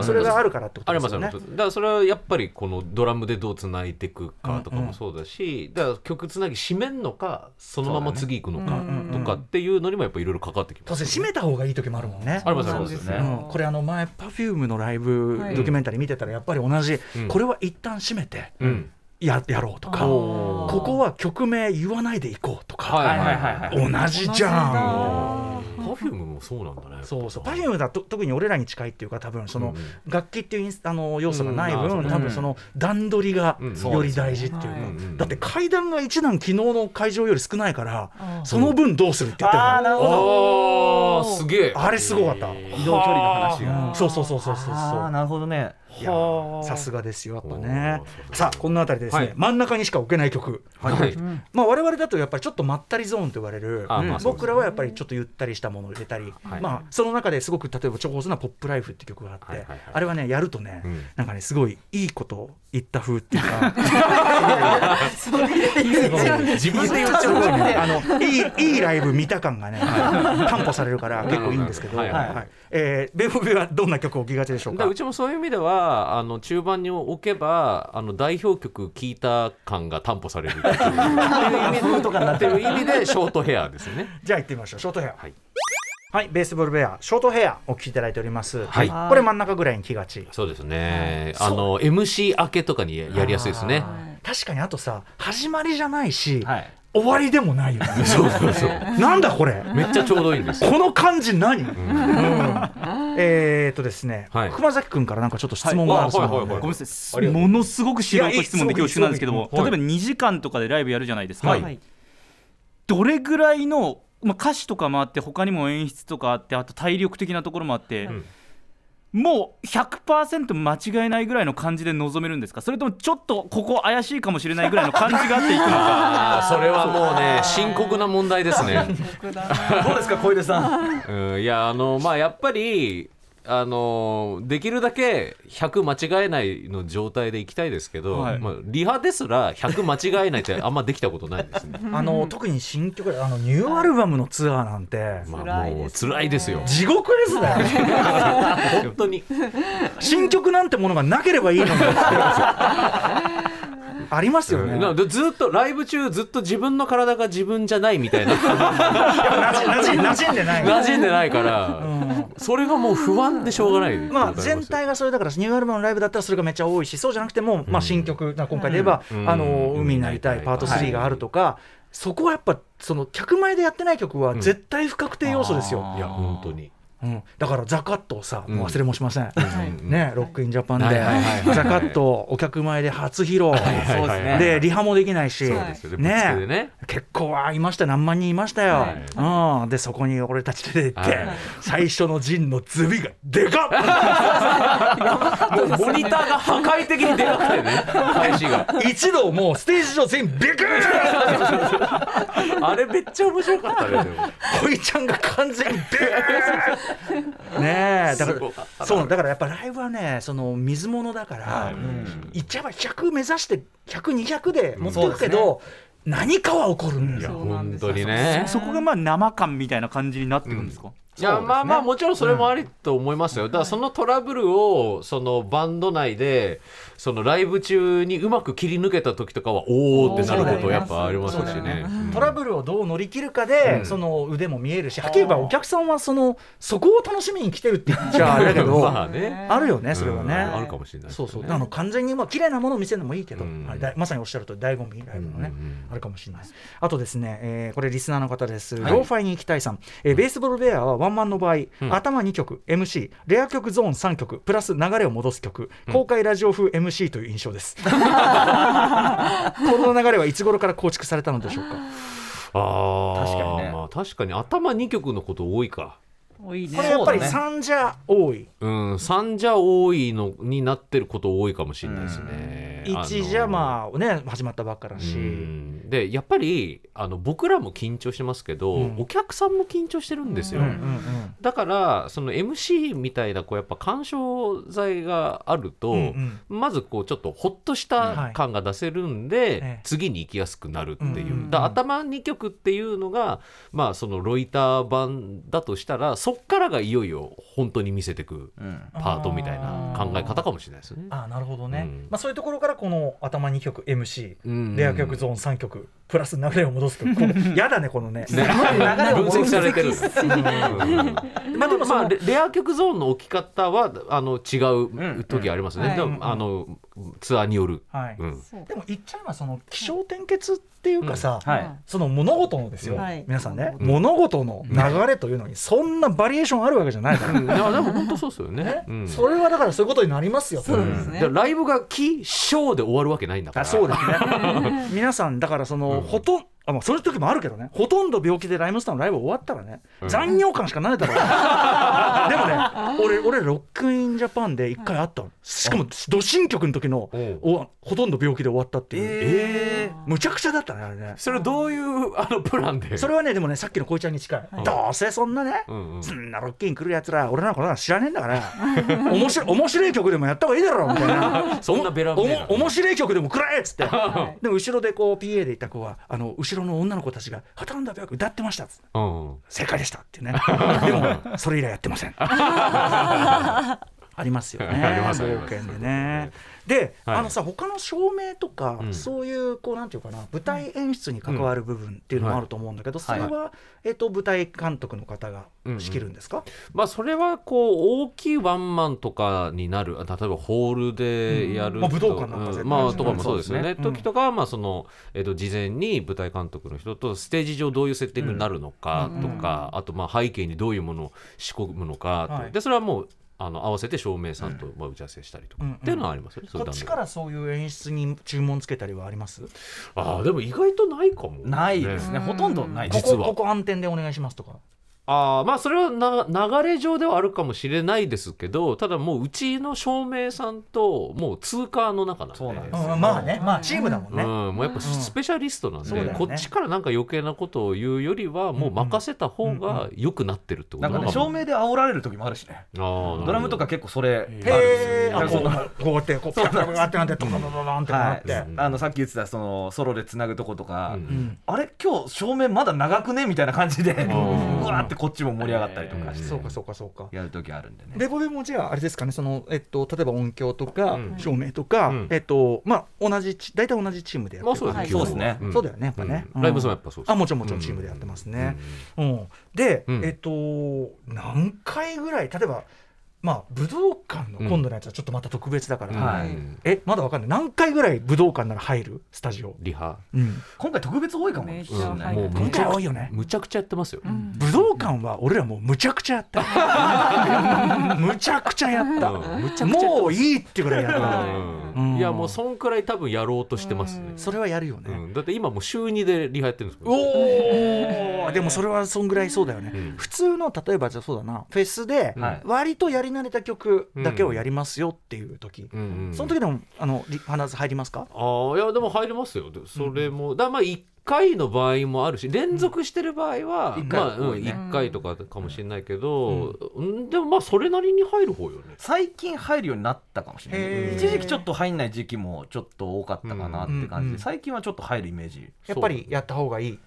ー
それがあるからってこと
あ
で
り
す
ます
よ
よね。
ね
だ。からそれはやっぱりこのドラムでどうつないでいくかとかもそうだし、だから曲つなぎ締めんのかそのまま次行くのかとかっていうのにもやっぱいろいろかかってきま
当
す。
然締めた方がいい時もあるもんね。
ありますあり
そうな
ま
ん
す
で
よ
すよ
ね。
うんこれあの前 Perfume のライブ
はい
ドキュメンタリー見てたらやっぱり同じ、
うん
これは一旦閉めて
うん。
ややろうとか
あー
ここは曲名言わないでいこうとか、
はいはいはいはい。
同じじゃん。
パフュームもそうなんだね。
そうそう
パ
Perfume だと特に俺らに近いっていうか多分その
うん
楽器っていうインスあの要素がない分、
うん
多分その段取りが
うん
より大事っていうか、
はい
だって階段が一段昨日の会場より少ないから、
うん
その分どうするって言ってたの
る
ああすげえ。
あれすごかった、
移動距離の話が
うんそうそうそうそうそうそう
ああなるほどね
いやーさすがですよやっぱね
おーそうです
さあこんなあたりでですね、
はい
真ん中にしか置けない曲
はい。
まあ我々だとやっぱりちょっとまったりゾーンと言われる、
あまあそうですね
僕らはやっぱりちょっとゆったりしたものを入れたり、
はい
まあその中ですごく例えば重宝するのは「ポップライフ」って曲があって、
はいはいはい
あれはねやるとね、
うん
なんかねすごいいいことを言った風っていうか
自分で言っち
す
ゃう
ごいねあのいいいいライブ見た感がね担保されるから結構いいんですけど、
は
はいい
はい
えーベボベはどんな曲を聴きがちでしょう
で
か
うちもそういう意味ではあの中盤に置けばあの代表曲聴いた感が担保されるって いう
風とかになっ
って
て
い
る
う意味 でショートヘアですね。
じゃあ行ってみましょうショートヘア
はい
はい、ベースボールベアショートヘアお聴きいただいております、
はい
これ真ん中ぐらいに着がち
そうですね。あの MC 明けとかにやりやすいですね。
確かにあとさ始まりじゃないし、
はい
終わりでもないよね
そうそうそう。
なんだこれ
めっちゃちょうどいいんですよ。
この感じ何、うんえーっとですね、
はい
熊崎君からなんかちょっと質問があるそうなので、
はいはいはい
ごめん
は
なさいすものすごく素人質問で
いやいい
恐縮なんですけども
いい
例えば2時間とかでライブやるじゃないですか、
は
はい。
どれぐらいの、まあ、歌詞とかもあって他にも演出とかあってあと体力的なところもあって、
ん
もう100%間違いないぐらいの感じで臨めるんですかそれともちょっとここ怪しいかもしれないぐらいの感じがあっていくのか
あーそれはもうね深刻な問題です ね。
僕だな。
どうですか小出さん
うんいやあのまあやっぱりあのできるだけ100間違えないの状態でいきたいですけど、
はい
まあ、リハですら100間違えないってあんまできたことないです ね
あの特に新曲あのニューアルバムのツアーなんて、
まあもう
辛
辛いですよ
地獄です ね
本当に
新曲なんてものがなければいいのにありますよね。
なずっとライブ中ずっと自分の体が自分じゃないみたいな
なじなじ馴染んでない。
馴染んでないから、
うん
それがもう不安でしょうがない
まあ、全体がそれだからニューアルバムのライブだったらそれがめっちゃ多いしそうじゃなくても、まあ、新曲な今回で言えば「
うん
あの
うん
海になりたい」パート3があるとか、そこはやっぱその客前でやってない曲は
ん
絶対不確定要素ですよ、
いや本当に、
うんだからザカットをさもう忘れもしません、
うん
ね、ロックインジャパンで
はいはいはいはい
ザカットをお客前で初披露
はいはいはいはい
でリハもできないし。
そうですよねぶっつけでね
結構あいました何万人いましたよ、うん、でそこに俺たち出て行って、
はい
最初の陣のズビがでかっ
もうモニターが破壊的に出なくてね返しが
一度もうステージ上全員ビクー
あれめっちゃ面白かったねでも
小井ちゃんが完全にビクーねえだ
すごか
か
っ
らそうだからやっぱライブはねその水物だから、いっちゃえば100目指して100200で持ってるけど、何かは起こるんですよ。
そうなん
本
です
当にね
そこがまあ生感みたいな感じになってくるんですか、
いやまあまあもちろんそれもありと思いますよ、だからそのトラブルをそのバンド内でそのライブ中にうまく切り抜けた時とかはおおってなることやっぱありますしね。
トラブルをどう乗り切るかで、その腕も見えるしはっきり言えばお客さんはそのそこを楽しみに来てるって言っちゃあれだけど、
まあね
あるよねそれはね。
うんあるかもしれないです
そ
ね
うそうあの完全にまあ綺麗なものを見せるのもいいけど、
うん
はいだまさにおっしゃると醍醐味ライブのね、
うんうんうん
あるかもしれないですあとですね、えーこれリスナーの方です、ローファイに行きたいさん、えーベースボールベアはワンマンの場合、頭2曲 MC レア曲ゾーン3曲プラス流れを戻す曲公開ラジオ風 MC という印象 です、この流れはいつ頃から構築されたのでしょうか
あー
確かにね
まあ確かに頭2曲のこと多いか。
多いね
これやっぱり
そうだね
3じゃ多い、
うん、3じゃ多いのになってること多いかもしれないですね。
1じゃ
あ
まあね始まったばっかだし、
うんでやっぱりあの僕らも緊張してますけど、
うん
お客さんも緊張してるんですよ、
うんうんうん
だからその MC みたいなこうやっぱ干渉剤があると、
うん
まずこうちょっとほっとし
は
た
い
感が出せるんで、
ええ
次に行きやすくなるって
うん
い
うんう
う、
ん
だから頭2曲っていうのがまあそのロイター版だとしたらそっからがいよいよ本当に見せてく
うん
パートみたいな考え方かもしれないですね。
あーなるほどね、
うん
まあ、そういうところからこの頭2曲 MC
うん
レア曲ゾーン3曲プラス流れを戻す 曲このやだねこのね
ね、分析されてる。 まあでも
その
まあレレア曲ゾーンの置き方はあの違う時ありますね。
うん
で
うん
もあのツアーによる。
はい、
うん
そう
でも言っちゃえばその気象転結っていうかさ、
はい
その物事のですよ、
はい
皆さんね、
うん
物事の流れというのにそんなバリエーションあるわけじゃないから、
いやでも本当そうですよね
ね。
うん
それはだからそういうことになりますよ。
そうですね
だからライブが起承で終わるわけないんだから。
あそうですね 皆さんだからその、ほとんあまあ、そういう時もあるけどねほとんど病気でライムスターのライブ終わったらね、
うん
残業感しかないだろ うでもね俺俺ロックインジャパンで一回あったのしかもド新曲の時の
おう
おほとんど病気で終わったっていう、
ええ。
むちゃくちゃだったねあれね
それどういうあのプランで。
それはねでもねさっきのこいちゃんに近い、
い
どうせそんなね、
うんうん
そんなロッキン来るやつら俺なんかこんなの知らねえんだから面白い面白い曲でもやった方がいいだろみたいな
そんなベラベラ
おも面白い曲でもくらえっつっ て
はい
でも後ろでこう PA でいた子はあの後ろの女の子たちが「旗んだ病気歌ってました」っつって
うんうん。
正解でしたっていう ねでもそれ以来やってませんありますよね
ありますあり
冒
ます
険でねで、
はい
あのさ他の照明とか、
うん
そういうこうなんていうかな舞台演出に関わる部分っていうのもあると思うんだけど、それは、えっと舞台監督の方が仕切るんですか、
まあそれはこう大きいワンマンとかになるあ例えばホールでやる、
うんまあ武道館なんか絶対
うんまあとかもそうですよね
そう
ですね
時とかはまあその、えっと事前に舞台監督の人とステージ上どういうセッティングになるのかとか、あとまあ背景にどういうものを仕込むのかと、
はい
でそれはもうあの合わせて照明さんとまあ打ち合わせしたりとか、
うん
っていうのはありますよね、そういう
こっ
段
ち
取り
からそういう演出に注文つけたりはあります
ああでも意外とないかも
ないですね。ほとんどないです。
実は
ここここ暗転でお願いしますとか
ああまあそれはな流れ上ではあるかもしれないですけどただもううちの照明さんともう通過の中なんで
そうなんです
うんまあねまあチームだもんね、
うん、もうやっぱスペシャリストなんで、
そうだよね
こっちからなんか余計なことを言うよりはもう任せた方が良くなってるってこ
な
と
んかね、照明で煽られる時もあるしね。
ド
ドラムとか結構それあるんですよ
へえ、
だか
あ
ら
こ
そうの
こうやってこうパカパカってなってドンドンドンドンってな
は
っ
い
て、
あのさっき言ってたそのソロでつなぐとことか、
うん
うん
あれ今日照明まだ長くねみたいな感じで、うわーってってこっちも盛り上がったりとかして
そうかそうかそうか
やる時あるんでね
ベボベもじゃああれですかねその、えっと、例えば音響とか
うん
照明とか、
うん
えっとまあ、同じチ大体同じチームでやって
まあ
る
そうですね、
です
そう
ね
基本は
そうだよねやっぱね
う
う
ん
ん
ライブさんはやっぱそうです
あもちろんもちろんチームでやってますね、うんで、
うん
えっと何回ぐらい例えば、まあ、武道館の今度のやつはちょっとまた特別だから、
うん
はい
うん
えまだわかんない何回ぐらい武道館なら入るスタジオ、
リハ、
うん、
今回特別多いかも
めっ
し
ち
れ
ゃ
な
入
い
る
もう
今回多いよね
むちゃくちゃやってますよ、
武道館は俺らもうむちゃくちゃや ったよむちゃくちゃやった、
うんむちゃくちゃやってます
もういいってぐらいやった、
うん
うん
いやもうそんくらい多分やろうとしてますね、
それはやるよね、
うんだって今もう週2でリハやってるんですもん
おおでもそれはそんぐらいそうだよね、
うん
普通の例えばじゃあそうだなフェスで
はい
割とやり慣れた曲だけをやりますよっていう時、
うんうん
その時でもあのリ必ず入りますか
ああいやでも入れますよでそれも、だからまあ1回の場合もあるし連続してる場合は、
う
まあ、
ん一回
う
多
ん、
いね
1回とかかもしれないけど、うんでもまあそれなりに入る方よね
最近入るようになったかもしれ
へ
な
ー
い一時期ちょっと入んない時期もちょっと多かったかなって
うんう
感
んう
じ
ん
最近はちょっと入るイメージ
やっぱりやった方がいい、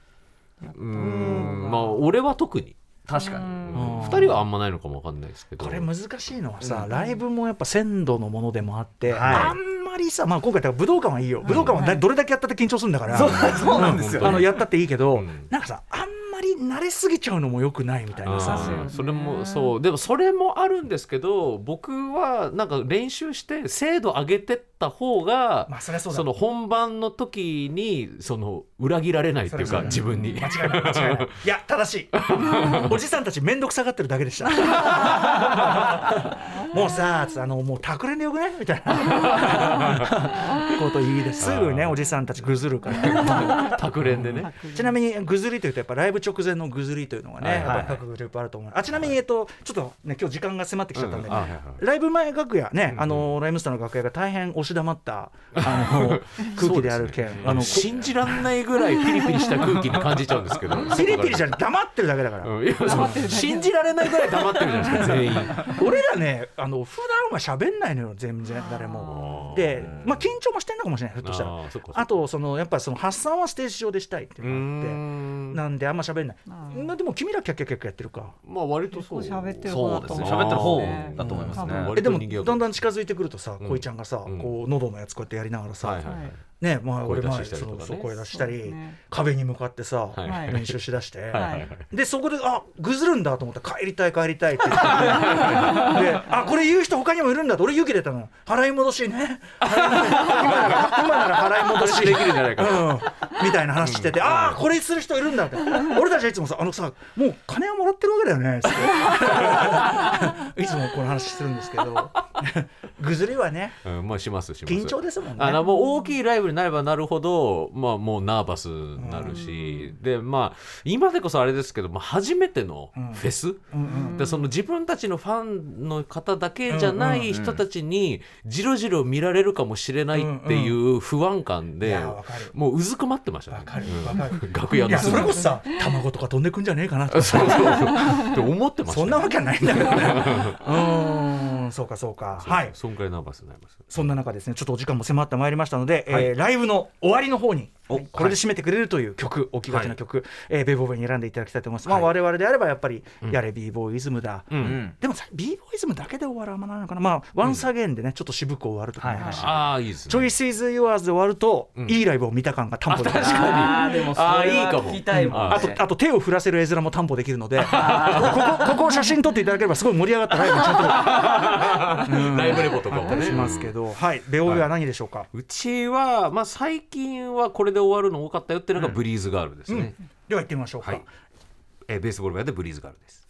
うんまあ俺は特に
確かに
うん
2人はあんまないのかもわかんないですけど
これ難しいのはさ、ライブもやっぱ鮮度のものでもあって、
はい
あんまりさ、まあ、今回だから武道館はいいよ武道館はだどれだけやったって緊張するんだから、
そうなんです
あ
よ
のやったっていいけど、
うん
なんかさあんまり慣れすぎちゃうのもよくないみたいな
あ
さ
ーそれもそうでもそれもあるんですけど僕はなんか練習して精度上げてった方が、
まあそりゃそうだ
その本番の時にその裏切られないっていう
それはそうだ
か自分に
間違いない間違いないいや正しいおじさんたち面倒くさがってるだけでしたもうさつあのもうたくれんでよくねみたいなこと言いですぐね
あー
おじさんたちぐずるから
卓連でね
ちなみにぐずりというとやっぱライブ直前のぐずりというのがね、
はいはい
やっぱ各グループあると思うあちなみにえっとちょっとね今日時間が迫ってきちゃったんで、
うんあはいはい
ライブ前楽屋ね、あのライムスターの楽屋が大変押し黙ったあ の空気である件、あ
あの
の
信じらんないぐらいピリピリした空気に感じちゃうんですけど
ピリピリじゃ
ん
なくて黙ってるだけだから、
いやそう 信じられないぐらい黙ってるじゃないですか全員
俺らねあの普段は喋んないのよ全然誰も
あー
でまあ緊張もしてんのかもしれないひょっとした
あ
ら
ーそっかそっか
あとそのやっぱその発散はステージ上でしたいっていう
うー
のがあって
ん
なんであんま喋んない
あー
まあでも君らキャッキャッキャッキャやってるか
まあ割とそう
結構喋ってる
そ
方
う
だ
です
と思
ね
う
喋ってる方だと思いますね
うん多
分
えでも
割と賑やか
だんだん近づいてくるとさ
うん
恋ちゃんがさ
うん
こう喉のやつこうやってやりながら
は
さ
いはいはい
ねまあ
声
俺
出
前
ししたり
そ
とかね
のそう声出した
そうで
り
すね
壁に向かってさ
はい
はい
練習しだして
はい
でそこであぐずるんだと思ったら帰りたい帰りたいって言ってであこれ言う人他にもいるんだと俺勇気出たの払い戻し ね払い戻し今なら今なら払い戻し
できるんじゃないかな
うん、みたいな話してて、ああこれする人いるんだって俺たちはいつもさあのさもう金はもらってるわけだよ ねっていつもこの話してるんですけど ぐずりはね
うん、まあしますします
緊張ですもんね
あのもう大きいライブになればなるほど、まあ、もうナーバスになるし、でまあ今でこそあれですけど、まあ、初めてのフェス、でその自分たちのファンの方だけじゃない人たちにじろじろ見られるかもしれないっていう不安感
い
で、
やわかる
もううずくまってましたね
わかるわかる
うん楽屋
い
の
や
隅
それこそさ卵とか飛んでくんじゃねえかなとか
そうそうって思ってました
そんなわけはないんだけどね うーんそうかそうか
は
はいい
そんくらいナーバスになります
そんな中ですねちょっとお時間も迫ってまいりましたので、えーライブの終わりの方にこれで締めてくれるという曲お気がちな曲、えーベイボーベに選んでいただきたいと思います、まあ我々であればやっぱり、やれ b ボーイズムだ、
うん
でもさ b ボーイズムだけで終わらないのかなまあワンサゲンでねちょっと渋く終わるとかもあるし、
ああいいですね
チョイスイズユアーズで終わると、
うん
いいライブを見た感が担保できる
あーでもそれは
あーいいかも
聞きたいもんね
あとあと手を振らせる絵面も担保できるのでここここを写真撮っていただければすごい盛り上がったライブにちゃんと
ライブレポとか
あ
も
ったり
ね
しますけど、はいベオベは何でしょうか、
うちは、まあ、最近はこれで終わるの多かったよっていうのがブリーズガールですね、
では行ってみましょうか
は
はい
い、えーベースボール部屋でブリーズガールです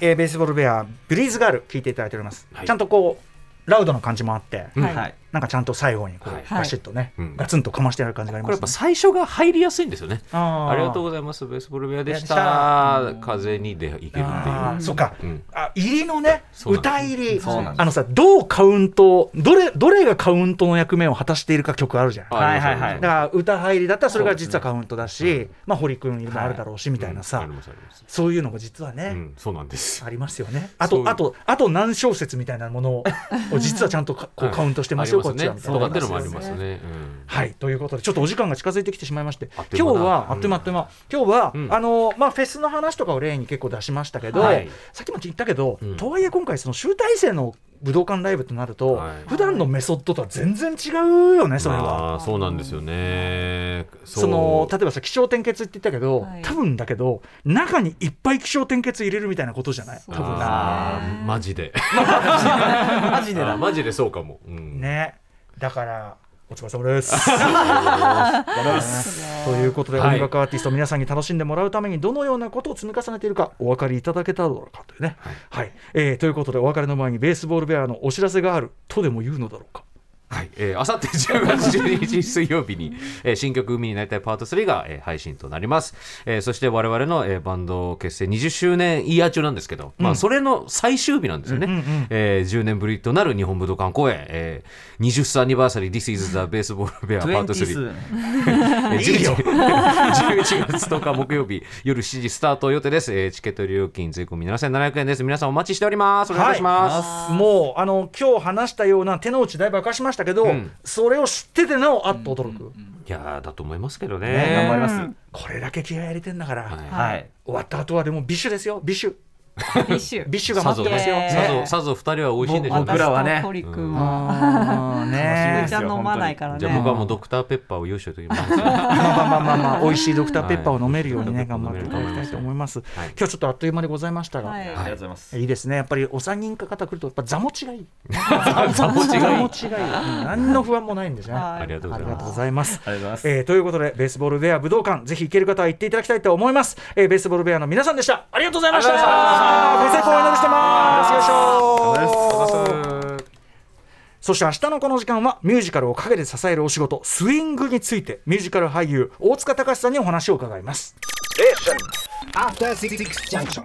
えーベースボールベアブリーズガール聞いていただいております、
はい
ちゃんとこうラウドな感じもあって、
うん
はい
はい
なんかちゃんと最後にこう、
はい
ガシッとね、
うん
ガツンとかましてやる感じがあり
こ
ま
れや
す、
っ
ね、
ぱ最初が入りやすいんですよね
あ
あ
ー
りがとうございますベースボール部屋でし
で
た風にでいけるっていう
あーそうか、
うん
あ入りのね
そうなんです
歌入り
そうなんです
あのさどうカウントどれどれがカウントの役目を果たしているか曲あるじゃない
はいはいはい
あ
だ
ります
から歌入りだったらそれが実はカウントだし、まあ、堀君にもあるだろうしみたいなさ、
うんありますあります
そういうのも実はね、
うんそうなんです
ありますよね。あ
そう
と、あと、あと何小節みたいなものを、実はちゃんとかこう
はい
カウントしてますよ
そうですね
こっちは
とかってのもあり
そうなん
ま
ですす
ね
はいということでちょっとお時間が近づいてきてしまいまして
あっという
今
間
日
だ
は
う
あ
ん
っという間あっという間今日は、
うん
あのまあフェスの話とかを例に結構出しましたけど、
はい
さっきも言ったけど、
うん
とはいえ今回その集大成の武道館ライブとなると、
はい
普段のメソッドとは全然違うよね
う
そ
ん
れは。
まあそうなんですよね
その
そう
例えばさ気象転結って言ったけど、
はい
多分だけど中にいっぱい気象転結入れるみたいなことじゃない多分
あーマジで
マジ で
あーマジでそうかもうん
ねだからお疲れ様 です。ということで、
はい
音楽アーティスト皆さんに楽しんでもらうためにどのようなことを積み重ねているかお分かりいただけただろうかというね。はいえーということでお別れの前にベースボールベアのお知らせがあるとでも言うのだろうか。
はい、えー、あさって10月12日水曜日に、えー新曲「海になりたいパート3が」えー配信となります、えーそして我々の、えーバンド結成20周年イヤー中なんですけど、まあ、それの最終日なんですよね、えー10年ぶりとなる日本武道館公演、えー、20スアニバーサリー This is the Baseball Bear パート3
20
えー11 11月10日木曜日夜7時スタート予定です、えーチケット料金税込み7700円です皆さんお待ちしておりますお願いいたします、
もうあの今日話したような手の内だいぶ明かしましたけど、
うん
それを知っててなおあっと驚く、
いやーだと思いますけどね
ね頑張ります。
これだけ気合い入れてんだから、
はい
はい。
終わった後はでもビッシュですよビッシュ
ビッシュ
ビッシュが待ってますよ。
さぞ
さ
ね
ぞ、さぞ二人は美味しいんでしょうね。
僕らはね
私と堀君は
あーね
めちゃ飲まないから
じ
ね
ゃあ僕はもうドクターペッパーを用意しておいてます。
まあまあまあまあ美味しいドクターペッパーを飲めるようにね、
はい
頑張っていただきたいと思います。
は
今
い
日ちょっとあっという間でございましたが、、
はいい
ありがとうございます。
いですね。やっぱりお三人か方来るとやっぱ座持ちがいい。
座持ちがいい。
座持ちがいい。うん何の不安もないんですね。
は
ありがとう
あ
ござ
りが
い
とう
ま
ございます。
ありがとうございます。
えーということでベースボールベア武道館ぜひ行ける方は行っていただきたいと思います。えーベースボールベアの皆さんでした。ありがとうございました。ご成功をお祈りしてます。よいしょ
す。
そして明日のこの時間はミュージカルを陰で支えるお仕事スイングについてミュージカル俳優大塚隆さんにお話を伺います。
After Six Junction.